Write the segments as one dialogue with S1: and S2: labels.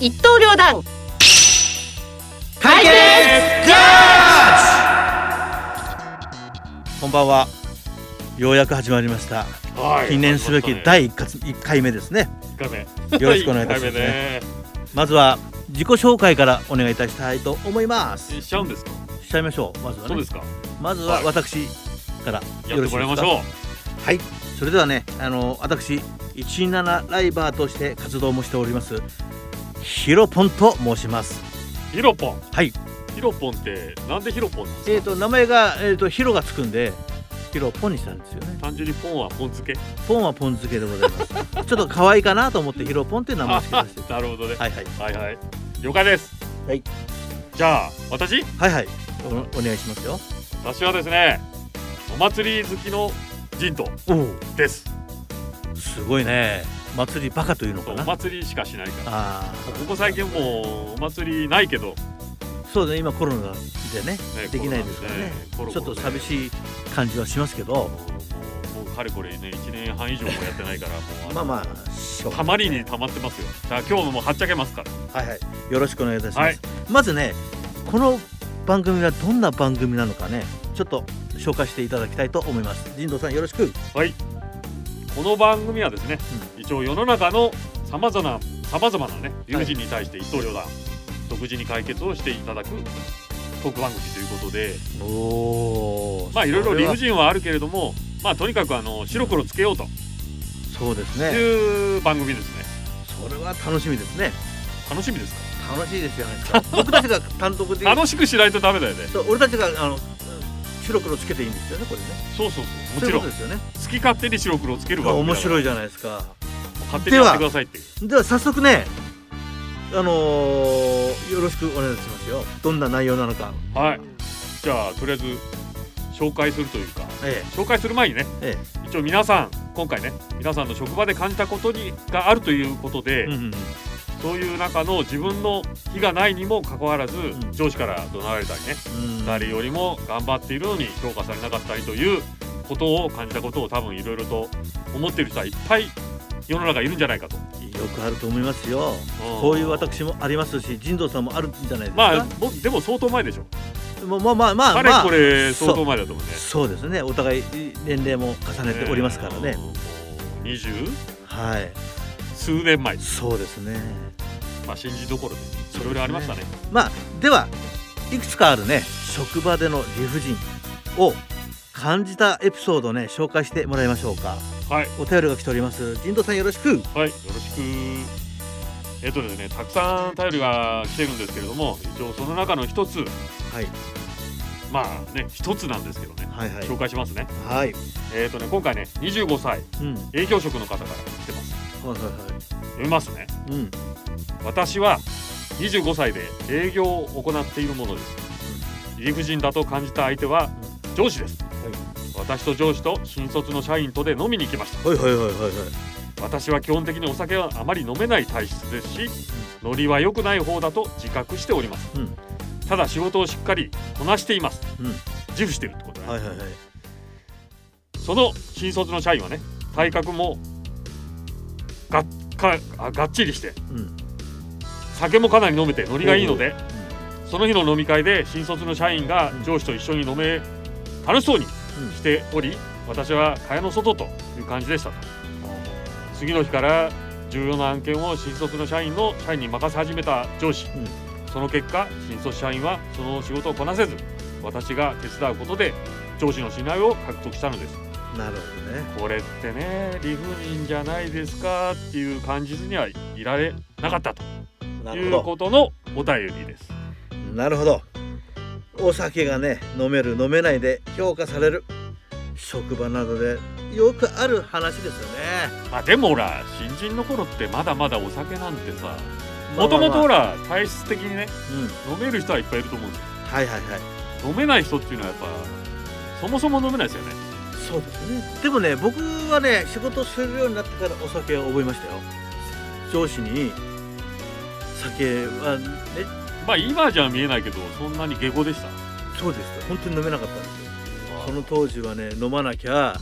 S1: 一刀両断
S2: 解決
S3: こんばんはようやく始まりました
S2: はい
S3: 記念すべき
S2: 一
S3: 第一括一回目ですね
S2: 回目
S3: よろしくお願いいたしま
S2: 一
S3: す
S2: 回目ね
S3: まずは自己紹介からお願いいたしたいと思います
S2: しちゃうんですか
S3: しちゃいましょうまずは
S2: そう
S3: ね
S2: ですか
S3: まずは
S2: はい
S3: 私から
S2: や
S3: よろ
S2: って
S3: しいで
S2: もらい
S3: す
S2: まし
S3: か
S2: ょう
S3: はいそれではねあの私17ライバーとして活動もしておりますヒロポンと申します
S2: ヒロポン
S3: はい
S2: ヒロポンってなんでヒロポンなんですか
S3: えー、と名前が、えー、とヒロがつくんでヒロポンにしたんですよね
S2: 単純にポンはポン漬け
S3: ポンはポン漬けでござい ますちょっと可愛いかなと思ってヒロポンって名前を付けさせて
S2: なるほどね
S3: はいはい
S2: はいはい了解です
S3: はい
S2: じゃあ私
S3: はいはいおお願いしますよ
S2: 私はですねお祭り好きのジント
S3: おお
S2: です
S3: すごいね祭りバカというのか
S2: お
S3: な
S2: 祭りしかしないから
S3: ああ
S2: ここ最近もうお祭りないけど、ね、
S3: そうだね今コロナでねできないですからね
S2: コロナで
S3: ちょっと寂
S2: い
S3: しい感じはしますけど
S2: もうもうかれこれね1年半以上もやってないからもう
S3: まあまあしょうが
S2: たまりにたまってますよだから今日ももうはっちゃけますから
S3: はいはいよろしくお願いいたします、
S2: はい
S3: まずねこの番組がどんな番組なのかねちょっと紹介していただきたいと思います神道さんよろしく
S2: はいこの番組はですね、一応世の中のさまざまさまざまなね理不尽に対して一刀両断、独自に解決をしていただくトーク番組ということで
S3: おお
S2: まあいろいろ理不
S3: 尽
S2: 尽はあるけれどもまあとにかくあの白黒つけようと
S3: そうですね
S2: いう番組ですね
S3: それは楽しみですね
S2: 楽しみですか
S3: 楽しいですよね 僕たちが単独で
S2: 楽しくしないとダメだよね
S3: そう俺たちがあの白黒つけていいんですよねこれね
S2: そうそうそうもちろん
S3: そういうことですよね
S2: 好き勝手に白黒つける番組
S3: 面
S2: い
S3: 白いじゃないですか
S2: 勝手にやってくださいっていう
S3: では早速ねあのー、よろしくお願いしますよどんな内容なのか
S2: はいじゃあとりあえず紹介するというか
S3: え
S2: 紹介する前にね
S3: ええ
S2: 一応皆さん今回ね皆さんの職場で感じたことにがあるということで、
S3: えうんうんうん
S2: そういう中の自分の非がないにもかかわらず、
S3: ん
S2: 上司から怒鳴られたりね
S3: うん
S2: 誰よりも頑張っているのに評価されなかったりということを感じたことを多分いろいろと思っている人はいっぱい世の中いるんじゃないかと。
S3: よくあると思いますよこういう私もありますし神道さんもあるんじゃないですか、
S2: まあ僕でも相当前でしょ。
S3: まあ、まあまあまあ
S2: あれこれ相当前だと思うね。
S3: そうそうですねお互い年齢も重ねておりますからね、
S2: 二十
S3: はい
S2: 数年前、
S3: そうですね
S2: まあ、信じどころでそれぐらいありましたね。
S3: まあではいくつかあるね職場での理不尽を感じたエピソードをね紹介してもらいましょうか
S2: はい、
S3: お便りが来ております神道さんよろしく
S2: はい、よろしく。えっとですね、たくさん頼りが来てるんですけれども、一応その中の一つ、
S3: はい
S2: まあね、一つなんですけどね、
S3: はいはい
S2: 紹介しますね。
S3: はい
S2: えっとね、今回ね、25歳、
S3: うんは
S2: 営業職の方から来てます。
S3: いはいは
S2: 読みますね。
S3: いうん
S2: 私は25歳で営業を行っているものです。理不尽だと感じた相手は上司です。私と上司と新卒の社員とで飲みに行きました。
S3: はいはいはいはいはい
S2: 私は基本的にお酒はあまり飲めない体質ですしノリは良くない方だと自覚しております、
S3: うん
S2: ただ仕事をしっかりこなしています、
S3: うん
S2: 自負してるってことね、
S3: はいはいはい
S2: その新卒の社員はね体格もがっかあがっちりして
S3: うん
S2: 酒もかなり飲めてノリがいいので、その日の飲み会で新卒の社員が上司と一緒に飲め楽しそうにしており私は蚊帳の外という感じでしたと次の日から重要な案件を新卒の社員の社員に任せ始めた上司、
S3: うん
S2: その結果新卒社員はその仕事をこなせず私が手伝うことで上司の信頼を獲得したのです
S3: うんなるほどね
S2: これってね理不尽じゃないですかっていう感じにはいられなかったと
S3: なる
S2: い
S3: ほ
S2: う
S3: ど
S2: ことのお便りです
S3: なるほどお酒がね飲める飲めないで評価される職場などでよくある話ですよね
S2: まあでもほら新人の頃ってまだまだお酒なんてさ
S3: まあま
S2: もと
S3: あまあ
S2: もとほら体質的にね
S3: うん
S2: 飲める人はいっぱいいると思うんですよ
S3: はいはいはい
S2: 飲めない人っていうのはやっぱそもそも飲めないですよね
S3: そうですねでもね僕はね仕事するようになってからお酒を覚えましたよ上司に酒はね
S2: まあ今じゃ見えないけどそんなに下戸でした
S3: そうですよ本当に飲めなかったんですよその当時はね飲まなきゃ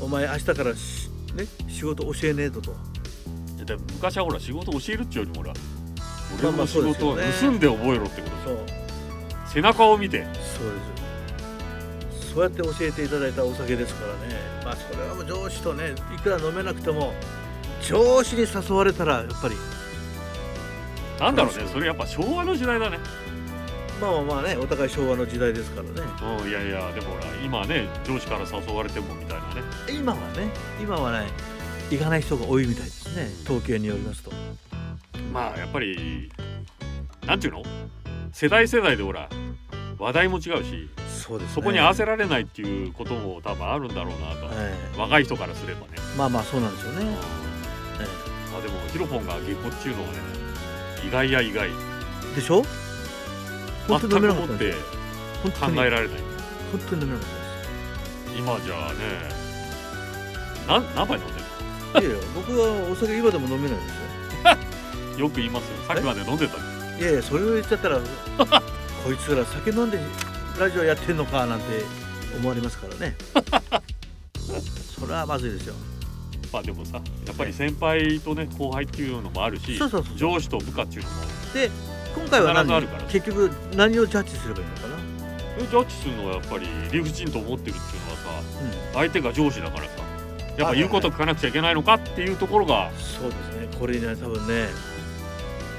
S3: お前明日からしね仕事教えねえとと
S2: で昔はほら仕事教えるっちゅうよりもほら俺の仕事は
S3: まあまあ
S2: 盗んで覚えろってこと
S3: そう
S2: 背中を見て
S3: そうですそうやって教えていただいたお酒ですからねまあそれはもう上司とねいくら飲めなくても上司に誘われたらやっぱり
S2: なんだろう
S3: そう
S2: ね
S3: そう
S2: それやっぱ昭和の時代だね
S3: まあまあまあねお互い昭和の時代ですからね
S2: うんいやいやでもほら今ね上司から誘われてもみたいなね
S3: 今はね今はね行かない人が多いみたいですね統計によりますと
S2: まあやっぱりなんていうの世代世代でほら話題も違うし
S3: そうですね
S2: そこに合わせられないっていうことも多分あるんだろうなと、
S3: え
S2: 若い人からすればね、
S3: えまあまあそうなんですよね、え
S2: まあでもヒロポンが下校っていうのはね意外や意外
S3: えでしょ
S2: 全
S3: 本
S2: く
S3: 当に飲めなかっ
S2: もった
S3: ん
S2: て
S3: ですよ
S2: 考
S3: 本当
S2: え
S3: に
S2: られない
S3: 本当に飲めなかった
S2: 今じゃあねなん何杯飲んで
S3: んですよいやいや僕はお酒今でも飲めないですよ
S2: るよく言いますよさっきまで飲んでたのに
S3: いやいやそれを言っちゃ ったらこいつら酒飲んでラジオやってんのかなんて思われますからね それはまずいですよ
S2: まあでもさやっぱり先輩とね後輩っていうのもあるし
S3: そうそうそう
S2: 上司と部下っていうのも
S3: で今回は
S2: 必ずあ
S3: 何
S2: るから
S3: 結局何をジャッジすればいいのかな、
S2: ジャッジするのはやっぱり理不尽と思ってるっていうのはさ相手が上司だからさやっぱ言うこと聞かなくちゃいけないのかっていうところが
S3: そうですねこれね多分ね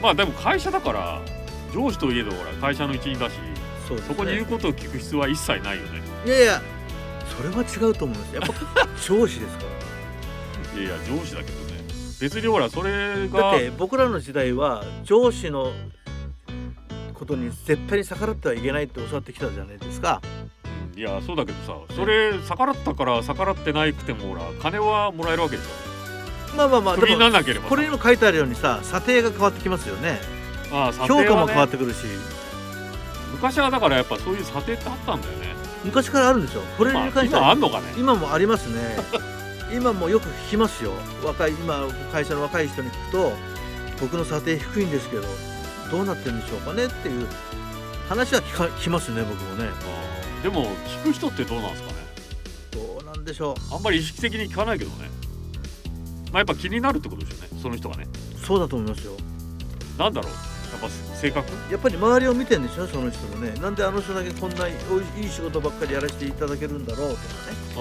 S2: まあでも会社だから上司といえどほら会社の一員だし
S3: そうです
S2: そ
S3: ね
S2: こに言うことを聞く必要は一切ないよね
S3: いやいやそれは違うと思うんですよやっ ぱ上司ですから
S2: いやいや上司だけどね別にほらそれ
S3: だ
S2: が
S3: って僕らの時代は上司のことに絶対に逆らってはいけないって教わってきたじゃないですか
S2: いやそうだけどさそれ逆らったから逆らってなくてもほら金はもらえるわけでし
S3: まあまあまあ
S2: ょク
S3: で
S2: ビ
S3: も
S2: にならなければさ
S3: これにも書いてあるようにさ査定が変わってきますよね
S2: ああ査定は
S3: 評
S2: ね
S3: 価も変わってくるし
S2: 昔はだからやっぱそういう査定ってあったんだよね
S3: 昔からあるんですよこれに
S2: まあ
S3: 関しては
S2: 今あんのかね
S3: 今もありますね今もよく聞きますよ若い今会社の若い人に聞くと僕の査定低いんですけどどうなってるんでしょうかねっていう話は聞か聞きますね僕もね
S2: ああでも聞く人ってどうなんですかね
S3: どうなんでしょ
S2: あんまり意識的に聞かないけどねまあやっぱ気になるってことですよねその人がね
S3: うそうだと思いますよ
S2: なんだろうやっぱ性格
S3: やっぱり周りを見てるんでしょその人もねなんであの人だけこんないいい仕事ばっかりやらせていただけるんだろうとかね
S2: あ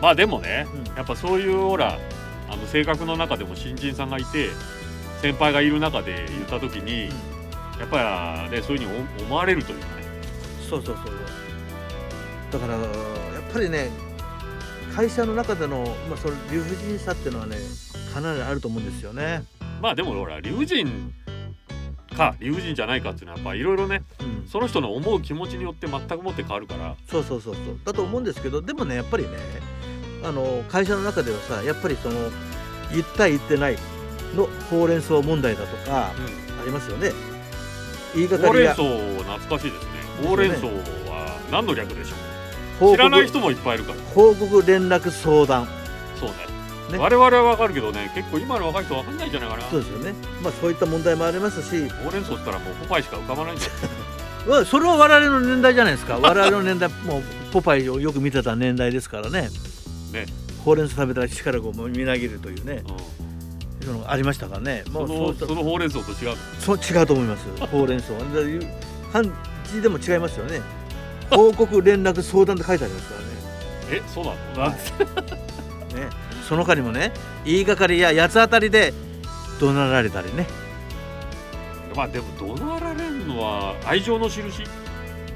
S2: あまあでもね、
S3: うん
S2: やっぱそういうほらあの性格の中でも新人さんがいて先輩がいる中で言った時に、やっぱりねそういうふうに思思われるというかね
S3: そうそうそうだからやっぱりね会社の中での,、まあ、その理不尽さっていうのはねかなりあると思うんですよね、
S2: まあでもほら理不尽か理不尽じゃないかっていうのはやっぱいろいろね
S3: うん、
S2: その人の思う気持ちによって全くもって変わるから
S3: そうそうそうそうだと思うんですけどでもねやっぱりねあの会社の中ではさやっぱりその言った言ってないのほうれん草問題だとかありますよね言いが
S2: ほ
S3: か
S2: う
S3: り
S2: れん
S3: が
S2: 草懐かしいですねほうれん草は何の略でしょう
S3: 報
S2: 知らない
S3: 告
S2: 人もいっぱいいるから
S3: 報告連絡相談
S2: そう
S3: ね
S2: ね我々はわかるけどね結構今の若い人わかんないんじゃないかな
S3: そうですよねまあそういった問題もありますし
S2: ほうれん草って言ったらもうポパイしか浮かばないんだよ
S3: うんそれは我々の年代じゃないです か我々の年代もうポパイをよく見てた年代ですからね
S2: ね
S3: ほうれん草食べたら力がみなぎるというね
S2: うん
S3: そういうのがありましたからねも
S2: そうの
S3: そう
S2: そのほうれん草と違う
S3: そう違うと思いますほうれん草はだから漢字でも違いますよね報告連絡相談って書いてありますからね
S2: えそうなのなんて
S3: ねその他にもね言いがかりや八つ当たりで怒鳴られたりね
S2: まあでも怒鳴られるのは愛情の印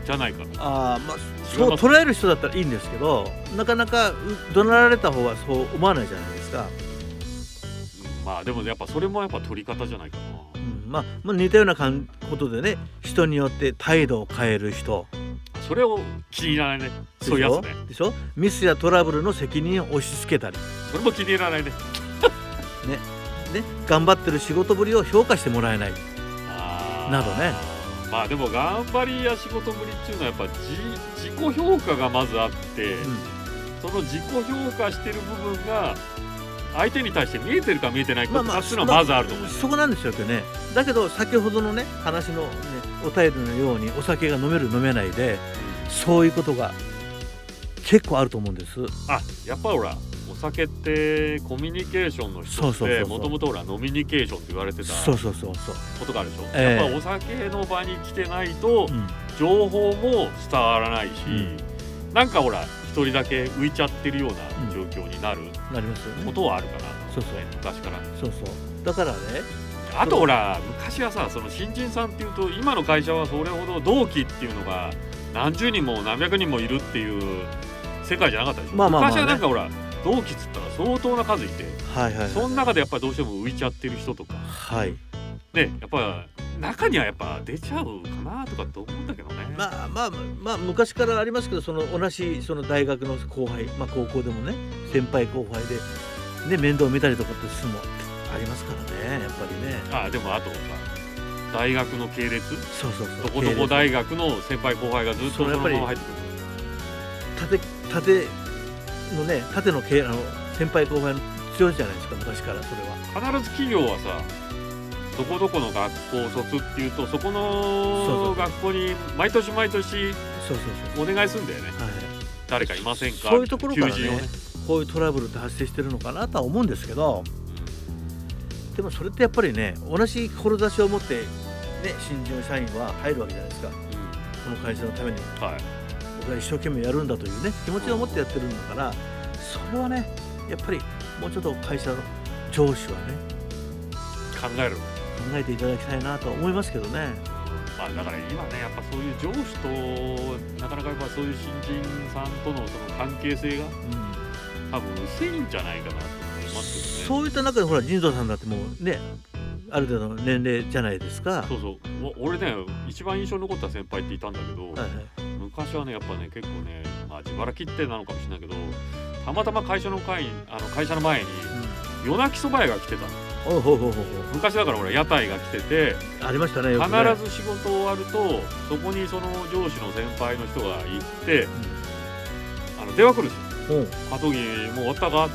S2: じゃないかな
S3: あー、まあ、
S2: 違い
S3: そう
S2: ます
S3: 捉える人だったらいいんですけどなかなかう怒鳴られた方はそう思わないじゃないですか、
S2: うんまあでもやっぱそれもやっぱ取り方じゃないか
S3: う
S2: なん
S3: まあ、まあ似たようなかんことでね人によって態度を変える人
S2: それを気に入らないね
S3: でし
S2: そう
S3: ょ
S2: いうやつね
S3: でしょミスやトラブルの責任を押し付けたり、
S2: それも気に入らないね
S3: ね、頑張ってる仕事ぶりを評価してもらえない
S2: あー
S3: などね
S2: まあでも頑張りや仕事ぶりっていうのはやっぱ自自己評価がまずあって、その自己評価してる部分が相手に対して見えてるか見えてないかっていうのはまずあると思う、
S3: そこなんですよ今日ねだけど先ほどのね話の、ね、お便りのようにお酒が飲める飲めないでそういうことが結構あると思うんです
S2: あやっぱほらおお酒ってコミュニケーションの
S3: そう
S2: 一つ
S3: そうそう
S2: で
S3: そう
S2: もともとほら飲みニケーションって言われてた
S3: そうそうそうそう、
S2: ことがあるでしょ、
S3: ええ
S2: やっぱお酒の場に来てないと
S3: うん
S2: 情報も伝わらないし、
S3: うん
S2: なんかほら一人だけ浮いちゃってるような状況になる
S3: なりますよね
S2: ことはあるかな
S3: そ
S2: と
S3: う
S2: 思
S3: そうう
S2: ね、昔から。
S3: そうそうだからね
S2: あとほら昔はさその新人さんっていうと今の会社はそれほど同期っていうのが何十人も何百人もいるっていう世界じゃなかったでしょ、
S3: まあまあまあね
S2: 昔はなんかほら同期っつったら相当な数いて
S3: はいはい
S2: その中でやっぱどうしても浮いちゃってる人とか
S3: はい
S2: ねやっぱ中にはやっぱ出ちゃうかなとかと思うんだけどね。
S3: まあまあまあ昔からありますけどその同じその大学の後輩、まあ、高校でもね先輩後輩で、ね、面倒見たりとかってすもありますからねやっぱりね
S2: あでもあとさ大学の系列
S3: そうそうそう
S2: どこどこ大学の先輩後輩がずっとそ
S3: それ
S2: の
S3: やっぱ
S2: ま
S3: り
S2: ま入ってくる。
S3: 縦縦のね縦の系あの先輩後輩の強いじゃないですか昔からそれは
S2: 必ず企業はさどこどこの学校卒っていうとそ
S3: そうそ
S2: この
S3: う
S2: 学校に毎年毎年
S3: そうそう
S2: お願いするんだよね
S3: そうはい
S2: 誰かいませんか
S3: そういうところからね
S2: 求人を
S3: こういうトラブルって発生してるのかなとは思うんですけどでもそれってやっぱりね同じ志を持って、ね、新人社員は入るわけじゃないですか
S2: うんうん
S3: この会社のために
S2: はい
S3: 僕は一生懸命やるんだというね気持ちを持ってやってるんだからそれはねやっぱりもうちょっと会社の上司はね
S2: 考える、
S3: 考えていただきたいなとは思いますけどね
S2: まあ、だから今ねやっぱそういう上司となかなかやっぱそういう新人さんとのその関係性が
S3: うん
S2: 多分薄いんじゃないかなと思いますけどね
S3: そういった中でほら仁蔵さんだってもうねある程度の年齢じゃないですか
S2: そうそうお俺ね一番印象に残った先輩っていたんだけど、
S3: はいはい
S2: 昔はねやっぱね結構ね、まあ、自腹切ってなのかもしれないけどたまたま会社の会員あの会社の前に夜泣きそば屋が来てた
S3: う
S2: の
S3: んおうほうほうほうほう
S2: 昔だから俺屋台が来てて
S3: ありましたねよくね
S2: 必ず仕事終わるとそこにその上司の先輩の人が行ってあの電話来るんですよ
S3: うん、うん
S2: 「加藤木もう終わったか?」
S3: はい、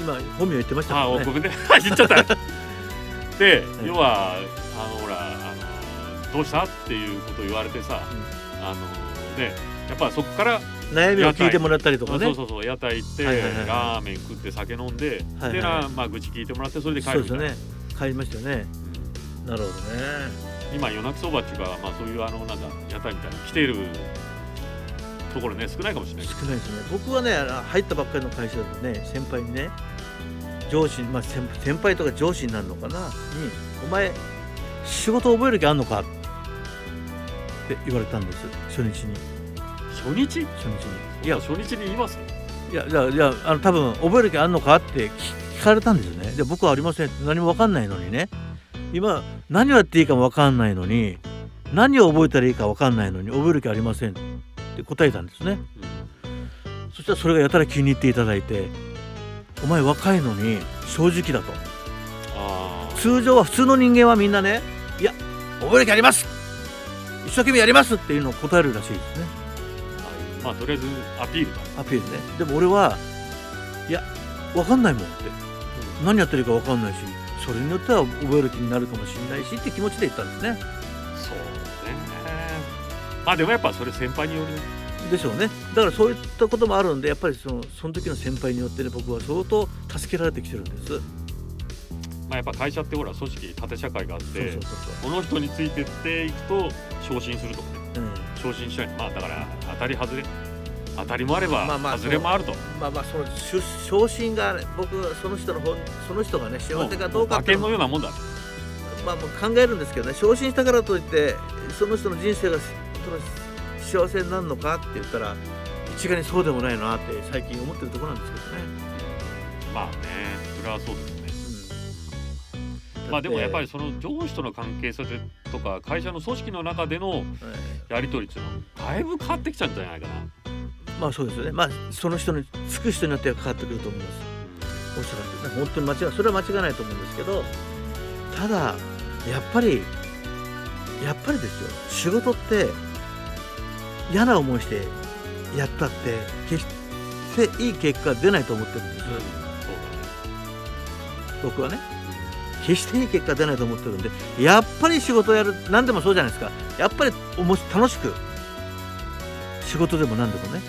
S3: 今本名言ってました
S2: あ
S3: もんね
S2: ごめんね 言っちゃ ったで
S3: うん
S2: 要はあのほらあのどうしたっていうことを言われてさ、あのねやっぱそこから
S3: 悩みを聞いてもらったりとかね
S2: そうそうそう屋台行って、
S3: はいはいはいはい
S2: ラーメン食って酒飲んで、
S3: はいはい
S2: でなまあ愚痴聞いてもらってそれで帰
S3: そうで
S2: るみ
S3: す
S2: た
S3: よ
S2: いな、
S3: ね帰りましたよねなるほどね
S2: うん今夜なくそばっていうか、まあ、そういうあのなんだ屋台みたいなの来ているところね少ないかもしれないけど
S3: 少ないですね僕はねあの入ったばっかりの会社でね先輩にね上司、まあ、先先輩とか上司になるのかなに「お前仕事覚える気あんのか?」って言われたんです初日に
S2: 初日
S3: 初日にい
S2: い
S3: や
S2: や初日に言います
S3: いやいやいやあの多分覚える気あんのかって聞聞かれたんですよねで僕はありませんって何も分かんないのにね今何をやっていいかも分かんないのに何を覚えたらいいか分かんないのに覚える気ありませんって答えたんですねそしたらそれがやたら気に入っていただいて「お前若いのに正直だ」と
S2: ああ
S3: 通常は普通の人間はみんなね「いや覚える気あります!」「一生懸命やります!」っていうのを答えるらしいですね
S2: まあとりあえずアピールだ、
S3: アピールねでも俺は「いや分かんないもん」って何やってるか分かんないしそれによっては覚える気になるかもしれないしって気持ちで言ったんですね
S2: そうねまあでもやっぱそれ先輩によるね
S3: でしょうねだからそういったこともあるんでやっぱりそのその時の先輩によってね僕は相当助けられてきてるんですそう
S2: まあやっぱ会社ってほら組織縦社会があって
S3: そうそう
S2: この人についてっていくと昇進するとかね
S3: そう、うん
S2: 昇進しないまあだから当たり外れ当たりもあれば
S3: まあまあ
S2: 外れもあると、
S3: まあまあその出昇進がね僕はその人の本その人がね幸せかどうか
S2: 馬
S3: っていう
S2: 券
S3: の
S2: のようなもんだ
S3: まあもう考えるんですけどね昇進したからといってその人の人生がその幸せになるのかって言ったら一概にそうでもないなって最近思ってるところなんです
S2: まあねそれはそうです
S3: け
S2: ね
S3: どね。うん
S2: まあでもやっぱり
S3: だ
S2: その上司との関係性とか会社の組織の中での
S3: てはい
S2: やり取りっていうのはだいぶ変わってきちゃうんじゃないかな、
S3: まあそうですよねまあその人につく人によっては変わってくると思います。おそらく本当に間違いそれは間違いないと思うんですけどただやっぱりやっぱりですよ仕事って嫌な思いしてやったって決していい結果は出ないと思ってるんです
S2: うんそう
S3: 僕はね
S2: だね、
S3: 決していい結果は出ないと思ってるんでやっぱり仕事をやる何でもそうじゃないですかやっぱりおもし楽しく仕事でも何でもね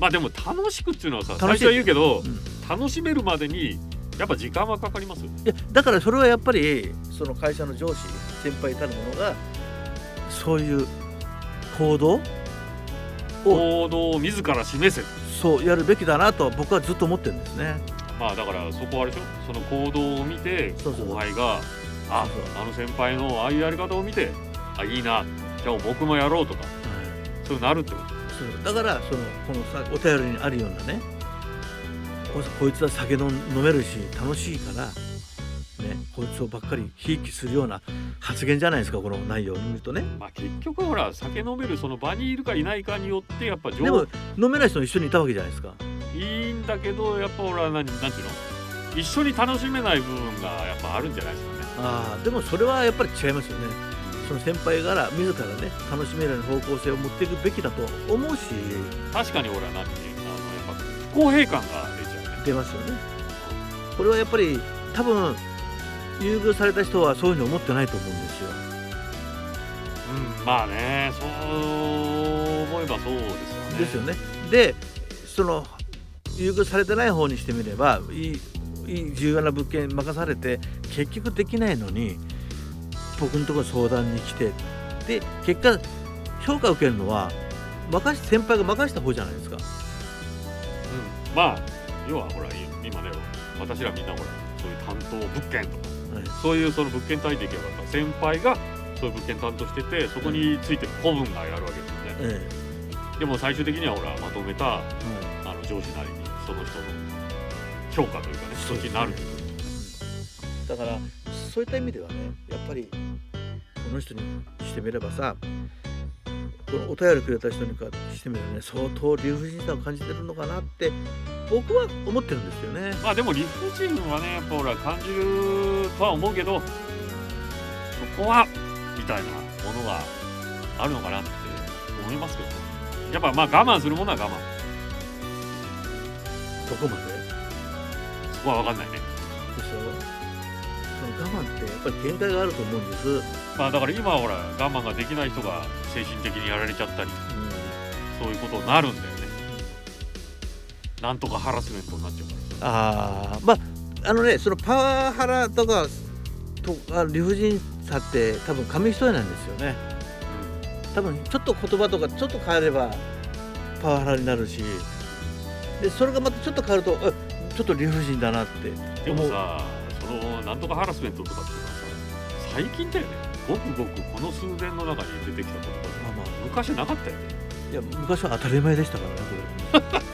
S2: まあでも楽しくっていうのはさ最
S3: 楽しい
S2: 初は言うけど
S3: うん
S2: 楽しめるまでにやっぱ時間はかかりますよね
S3: いやだからそれはやっぱりその会社の上司先輩たるものがそういう行動を
S2: 行動を自ら示せ
S3: そうやるべきだなと僕はずっと思ってるんですね
S2: まあだからそこはあれでしょその行動を見て
S3: そうそう
S2: 後輩が「あ
S3: そう
S2: あの先輩のああいうやり方を見てあいいなじゃあ僕もやろう」とかそうなるってこと
S3: そうだからそのこのさお便りにあるようなねここいつは酒飲ん飲めるし楽しいから、ね、こいつをばっかりひいきするような発言じゃないですかこの内容を見るとね
S2: まあ結局ほら酒飲めるその場にいるかいないかによってやっぱ
S3: でも
S2: 上
S3: 飲めない人も一緒にいたわけじゃないですか
S2: いいんだけどやっぱほら何なんていうの一緒に楽しめない部分がやっぱあるんじゃないですかね
S3: ああでもそれはやっぱり違いますよねその先輩から自らね楽しめるような方向性を持っていくべきだと思うし
S2: 確かにほら何ていうのあのやっぱ不公平感が出ちゃうね
S3: 出ますよねこれはやっぱり多分優遇された人はそういうふうに思ってないと思うんですよ
S2: うんまあねそう思えばそうですよ
S3: で
S2: ね
S3: すよねでその優遇されてない方にしてみればいいいい重要な物件任されて結局できないのに僕のところ相談に来てで結果評価を受けるのは任し先輩が任した方じゃないですか
S2: うんまあ要はほら今ね私らみんなほらそういう担当物件とか
S3: はい
S2: そういうその物件単位でいけばやっぱ先輩がそういう物件担当しててそこについてる古文がやるわけですよね、
S3: え
S2: でも最終的にはほらまとめた
S3: えはい
S2: あの上司なりにその人の評価というかねそっちになる
S3: だからそういった意味ではねやっぱりこの人にしてみればさこのお便りくれた人にかしてみればね相当理不尽さを感じてるのかなって僕は思ってるんですよね。
S2: まあでも理不尽はねやっぱほら感じるとは思うけどそこはみたいなものがあるのかなって思いますけどねやっぱまあ我慢するものは我慢
S3: どこまで
S2: そこは分かんないね
S3: でしょその我慢ってやっぱり限界があると思うんです。うん
S2: まあだから今はほら我慢ができない人が精神的にやられちゃったりそういうことになるんだよねなんとかハラスメントになっちゃうから
S3: ああまああのねそのパワハラとかとか理不尽さって多分紙一重なんですよね。
S2: さ、
S3: 多分ちょっと言葉とかちょっと変えればパワハラになるしでそれがまたちょっと変わるとあちょっと理不尽だなって
S2: うんでもさそのなんとかハラスメントとかっていうのはさ最近だよねごくごくこの数年の中に出てきた言葉で
S3: まあまあ
S2: 昔なかったよね
S3: いや昔は当たり前でしたからね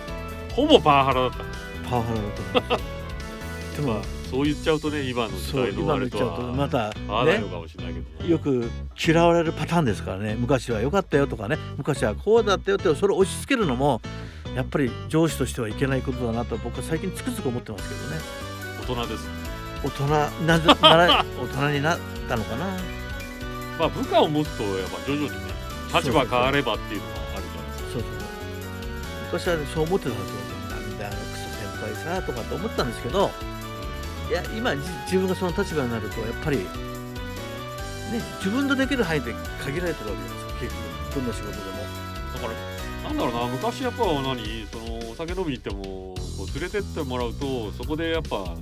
S3: こ
S2: ほぼパワハラだった
S3: れパワハラだと思うでも
S2: そう言っちゃうとね今の時
S3: そう
S2: 代の
S3: 今の
S2: あ
S3: 言
S2: れ
S3: っち
S2: と
S3: ゃうと
S2: は
S3: また
S2: 合わない
S3: ね
S2: のかもしれないけどな
S3: よく嫌われるパターンですからね昔は良かったよとかね昔はこうだったよってそれを押し付けるのもやっぱり上司としてはいけないことだなと僕は最近つくづく思ってますけどね
S2: 大人です
S3: 大人なぜなら大人になったのかな
S2: まあ部下を持つとやっぱ徐々にね立場変わればっていうのがあるじゃないですか
S3: そうそう昔はねそう思ってたんですよなんだあのクソ先輩さとかって思ってたんですけどいや今じ自分がその立場になるとやっぱりね自分のできる範囲で限られてるわけじゃないですか結局どんな仕事で
S2: だからなんだろうな昔やっぱ何そのお酒飲みに行ってもこう連れてってもらうとそこでやっぱ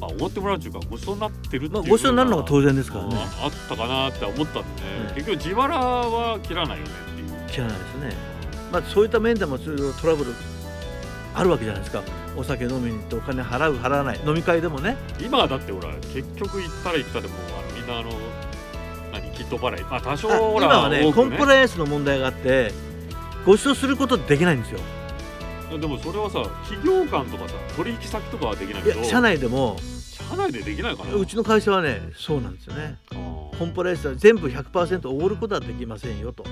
S2: まあおごってもらうっていうかごちそうになってるってい
S3: も、まあ、
S2: う
S3: ご一緒になるのが
S2: 然
S3: 当然で
S2: です
S3: からね
S2: ああったかなって思ったんでね、
S3: うん
S2: 結局自腹は切らないよねっていう
S3: 知らないですね、まあ、そういった面でもそういうトラブルあるわけじゃないですかお酒飲みに行ってお金払う払わない飲み会でもね
S2: 今はだってほら結局行ったら行ったでもうあのみんなあの何キット払いまあ多少
S3: あ
S2: ほ
S3: 今
S2: ら
S3: はね
S2: 多
S3: コ
S2: く
S3: ンプライアンスの問題があってご一緒することできないんですよ
S2: でもそれはさ企業間とかさ取引先とかはできない
S3: い
S2: けど
S3: や社内でも
S2: 社内でできないかな
S3: うちの会社はねそうなんですよね
S2: あー
S3: コンプライアンスは全部100%おごることはできませんよと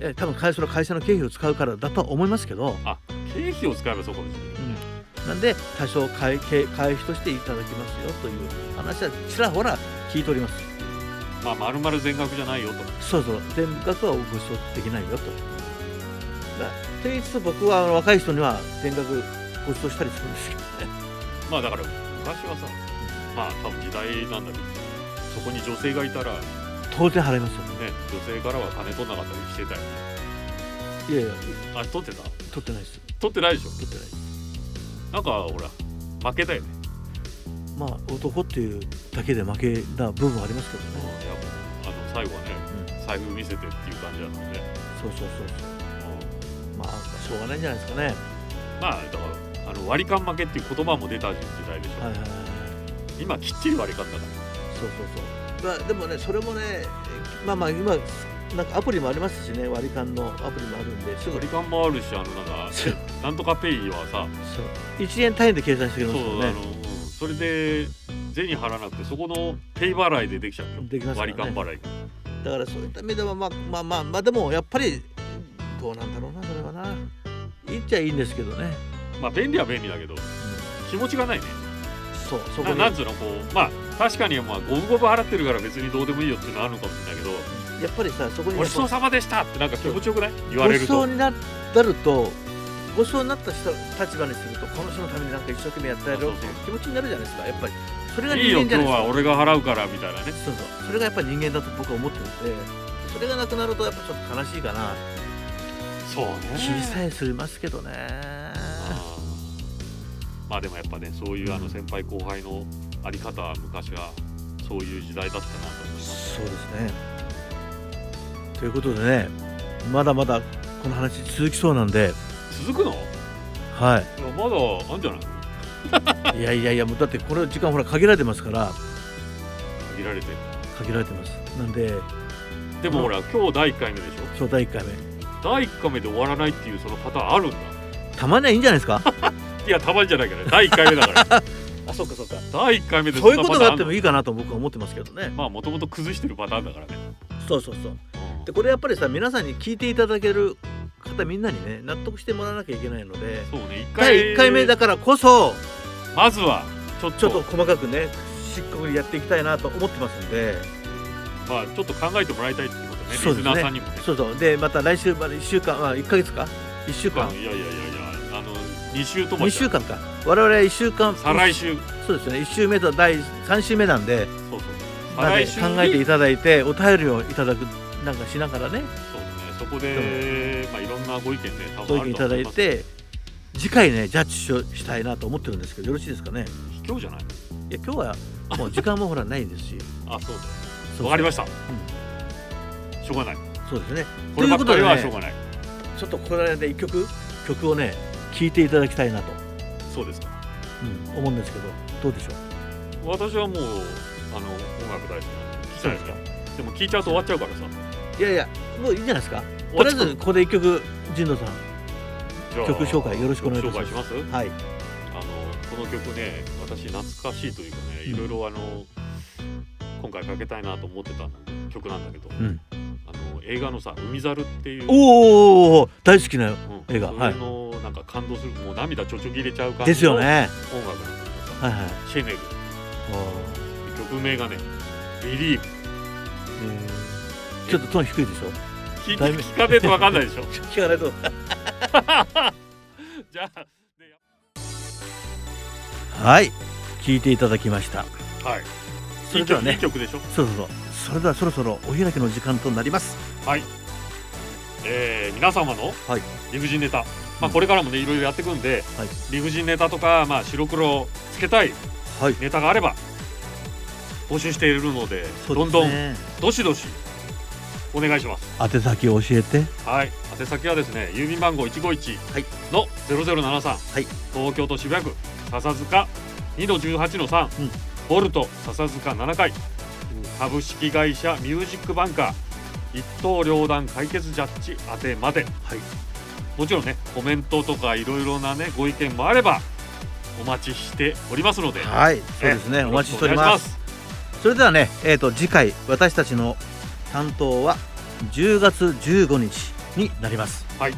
S3: え多分会社の会社の経費を使うからだとは思いますけど、
S2: あ経費を使えばそうかもしれな
S3: な
S2: い
S3: んで多少会計会費としていただきますよという話はちらほら聞いております
S2: まあ丸々全額じゃないよと
S3: そうそう全額はご支出できないよとだと言いつつ僕はあの若い人には全額ご馳走したりするんですけど
S2: まあだから昔はさまあ多分時代なんだけどそこに女性がいたらね
S3: 当然払いますよね
S2: 女性からは金取んなかったりしてたよ
S3: いやいや
S2: あ取ってた
S3: 取ってないです
S2: 取ってないでしょ
S3: 取ってないです
S2: なんかほら負けたよね
S3: まあ男っていうだけで負けた部分はありますけど
S2: いや
S3: ね、
S2: もうあの最後はね
S3: うん、
S2: 財布見せてっていう感じだったんで、
S3: そうそうそうそうまあしょうがないんじゃないですかね
S2: まあだからあの割り勘負けっていう言葉も出た時代でしょ、
S3: はいはいはいはい
S2: 今きっちり割り勘だか
S3: そうそうそうまあでもねそれもねまあまあ今なんかアプリもありますしね割り勘のアプリもあるんです
S2: ら
S3: ぐ
S2: 割り勘もあるしあのなんか
S3: そう
S2: なんとかペイはさ、
S3: そう1円単位で計算してくれ
S2: そう
S3: ますよね
S2: あの、うんそれで銭払わなくてそこのペイ払いでできちゃう
S3: できますから
S2: 割
S3: ね
S2: り勘払い
S3: だからそういった意味ではまあまあまあまあでもやっぱりどうなんだろうなそれはないいっちゃいいんですけどね、
S2: まあ便利は便利だけど気持ちがないね
S3: そうそこ
S2: な
S3: に
S2: なんつうのこうまあ確かにまあ五分五分払ってるから別にどうでもいいよっていうのはあるのかもしれないけど
S3: やっぱりさそこに
S2: ごちそうさまでしたってなんか気持ちよくない言わ
S3: ご
S2: れ
S3: ち
S2: る
S3: そ
S2: と
S3: うにななるとごちそうになった人立場にするとこの人のためになんか一生懸命やってやろうっていう気持ちになるじゃないですかやっぱりそれが人
S2: いいよ
S3: 間じ
S2: 今
S3: ゃ
S2: 日
S3: ないですか
S2: は俺が払うからみたいなね
S3: そうそうそれがやっぱり人間だと僕は思ってるんでそれがなくなるとやっぱちょっと悲しいかな
S2: そうね
S3: 小さいすりますけどね
S2: あーまあでもやっぱねそういうあの先輩後輩のあり方は昔はそういう時代だったなと思います
S3: そうですねということでねまだまだこの話続きそうなんで
S2: 続くのいや
S3: は
S2: まだあんじゃない
S3: いいやいやいやもうだってこれ時間ほら限られてますから
S2: 限られて
S3: 限られてますなんで
S2: でもほら今日第1回目でしょ
S3: そう第1回目
S2: 第1回目で終わらないっていうそのパターンあるんだ
S3: たまにはいいんじゃないですか
S2: いやたまにじゃないから第1回目だから
S3: あそっかそっか
S2: 第1回目で
S3: そうい
S2: ん
S3: う
S2: な
S3: ことが
S2: パター
S3: あ
S2: ン
S3: ってもいいかなと僕は思ってますけどね
S2: まあもともと崩してるパターンだからね、
S3: そうそうそう
S2: うん
S3: でこれやっぱりさ皆さんに聞いていただける方みんなにね納得してもらわなきゃいけないので
S2: そうね1回
S3: 第1回目だからこそ
S2: まずはちょっと
S3: ちょっと細かくねしっかりやっていきたいなと思ってますんで
S2: まあちょっと考えてもらいたいっていうことね
S3: そうで
S2: リス
S3: すね
S2: ナーさんにもね
S3: そうそうでまた来週まで1週間まあ1か月か1週間
S2: いやいやいやいやあの2週とも
S3: 2週間か我々は1週間
S2: 再来週
S3: そうですね1週目と第3週目なんで
S2: そうそう
S3: まで
S2: 再来週に
S3: 考えていただいてお便りをいただくなんかしながらね
S2: そうですねそこで、まあ、いろんなご意見で多
S3: ご
S2: 分
S3: 意見
S2: ある
S3: い
S2: と
S3: た
S2: 思
S3: だ
S2: い
S3: い
S2: ます
S3: て次回ねジャッジしようしたいなと思ってるんですけどよろしいですかね
S2: 卑怯じゃない
S3: いや今日はもう時間もほらないですし
S2: あそうだ
S3: そう
S2: わかりました、しょうがない
S3: そうですね
S2: こればっかりはしょう
S3: ということでね
S2: がない
S3: ちょっとこれで一曲曲をね聴いていただきたいなと、
S2: そうですか
S3: うん思うんですけどどうでしょう
S2: 私はもうあの音楽大好きなんで聞きたいですからでも聞いちゃうと終わっちゃうからさ
S3: いやいやもういいんじゃないですか
S2: 終
S3: と
S2: わっ
S3: りあ
S2: ち
S3: え
S2: ゃう
S3: ずここで一曲神野さん
S2: じゃあ
S3: 曲紹介よろしくお願いいたします
S2: 曲紹介します
S3: はい
S2: あのこの曲ね私懐かしいというかね
S3: うん
S2: いろいろあの今回かけたいなと思ってた曲なんだけど、
S3: うん
S2: あの映画のさ「海猿」っていう
S3: おお大好きな
S2: うん
S3: 映画
S2: それのなんか感動するもう涙ちょちょぎれちゃう感
S3: です
S2: じの
S3: よ
S2: 音
S3: ね
S2: 楽なんだけどさ
S3: はいはい
S2: シェネル
S3: お
S2: 曲名がね「ビリーブ
S3: ーえーちょっとトーン低いでしょ」
S2: 聞いて
S3: だいぶ
S2: 聞かねえと分かんないでしょ
S3: 聞かないと
S2: じゃあで
S3: はい聴いていただきました
S2: はい
S3: それではい
S2: い
S3: ね
S2: 曲いい曲でしょ
S3: そうそうそうそれではそろそろお開きの時間となります
S2: えー皆様の
S3: はい
S2: 理不尽ネタ、ま
S3: う
S2: あ、
S3: ん
S2: これからもねいろいろやっていくんで、
S3: はい
S2: 理不尽ネタとか、まあ、白黒つけたい
S3: はい
S2: ネタがあれば募集しているので
S3: そう
S2: ど
S3: で
S2: ん
S3: す
S2: どん
S3: ね
S2: どしどしお願いします
S3: 宛先を教えて
S2: はい宛先はですね郵便番号151
S3: はい
S2: の0073、
S3: い
S2: 東京都渋谷区笹塚2の18の3、
S3: うん
S2: ボルト笹塚7階株式会社ミュージックバンカー一刀両断解決ジャッジ宛てまで
S3: はい
S2: もちろんねコメントとかいろいろなねご意見もあればお待ちしておりますので、
S3: はいそうですね
S2: え
S3: お待ちしております
S2: よ
S3: それではね、えー、と次回私たちの担当は10月15日になります、
S2: はい、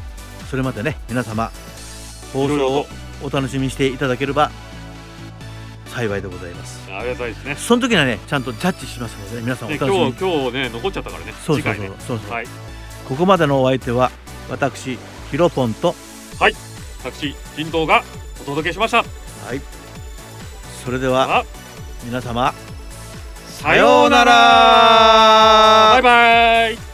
S3: それまでね皆様放
S2: ろしくお願いしますいろい
S3: 送をお
S2: ろ
S3: 楽しみにしていただければ幸いでございます
S2: とありがたいですね
S3: その時にはねちゃんとジャッジしますので、ね、皆さんお
S2: で
S3: 楽しみ
S2: 今
S3: に
S2: 日今日ね残っちゃったからね
S3: そう
S2: 次
S3: そう
S2: 回
S3: そう
S2: ね
S3: そうそう、
S2: はい
S3: ここまでのお相手は私ヒロポンと
S2: 私金藤がお届けしました
S3: はいそれでは
S2: あ
S3: 皆様
S2: さようならバイバイ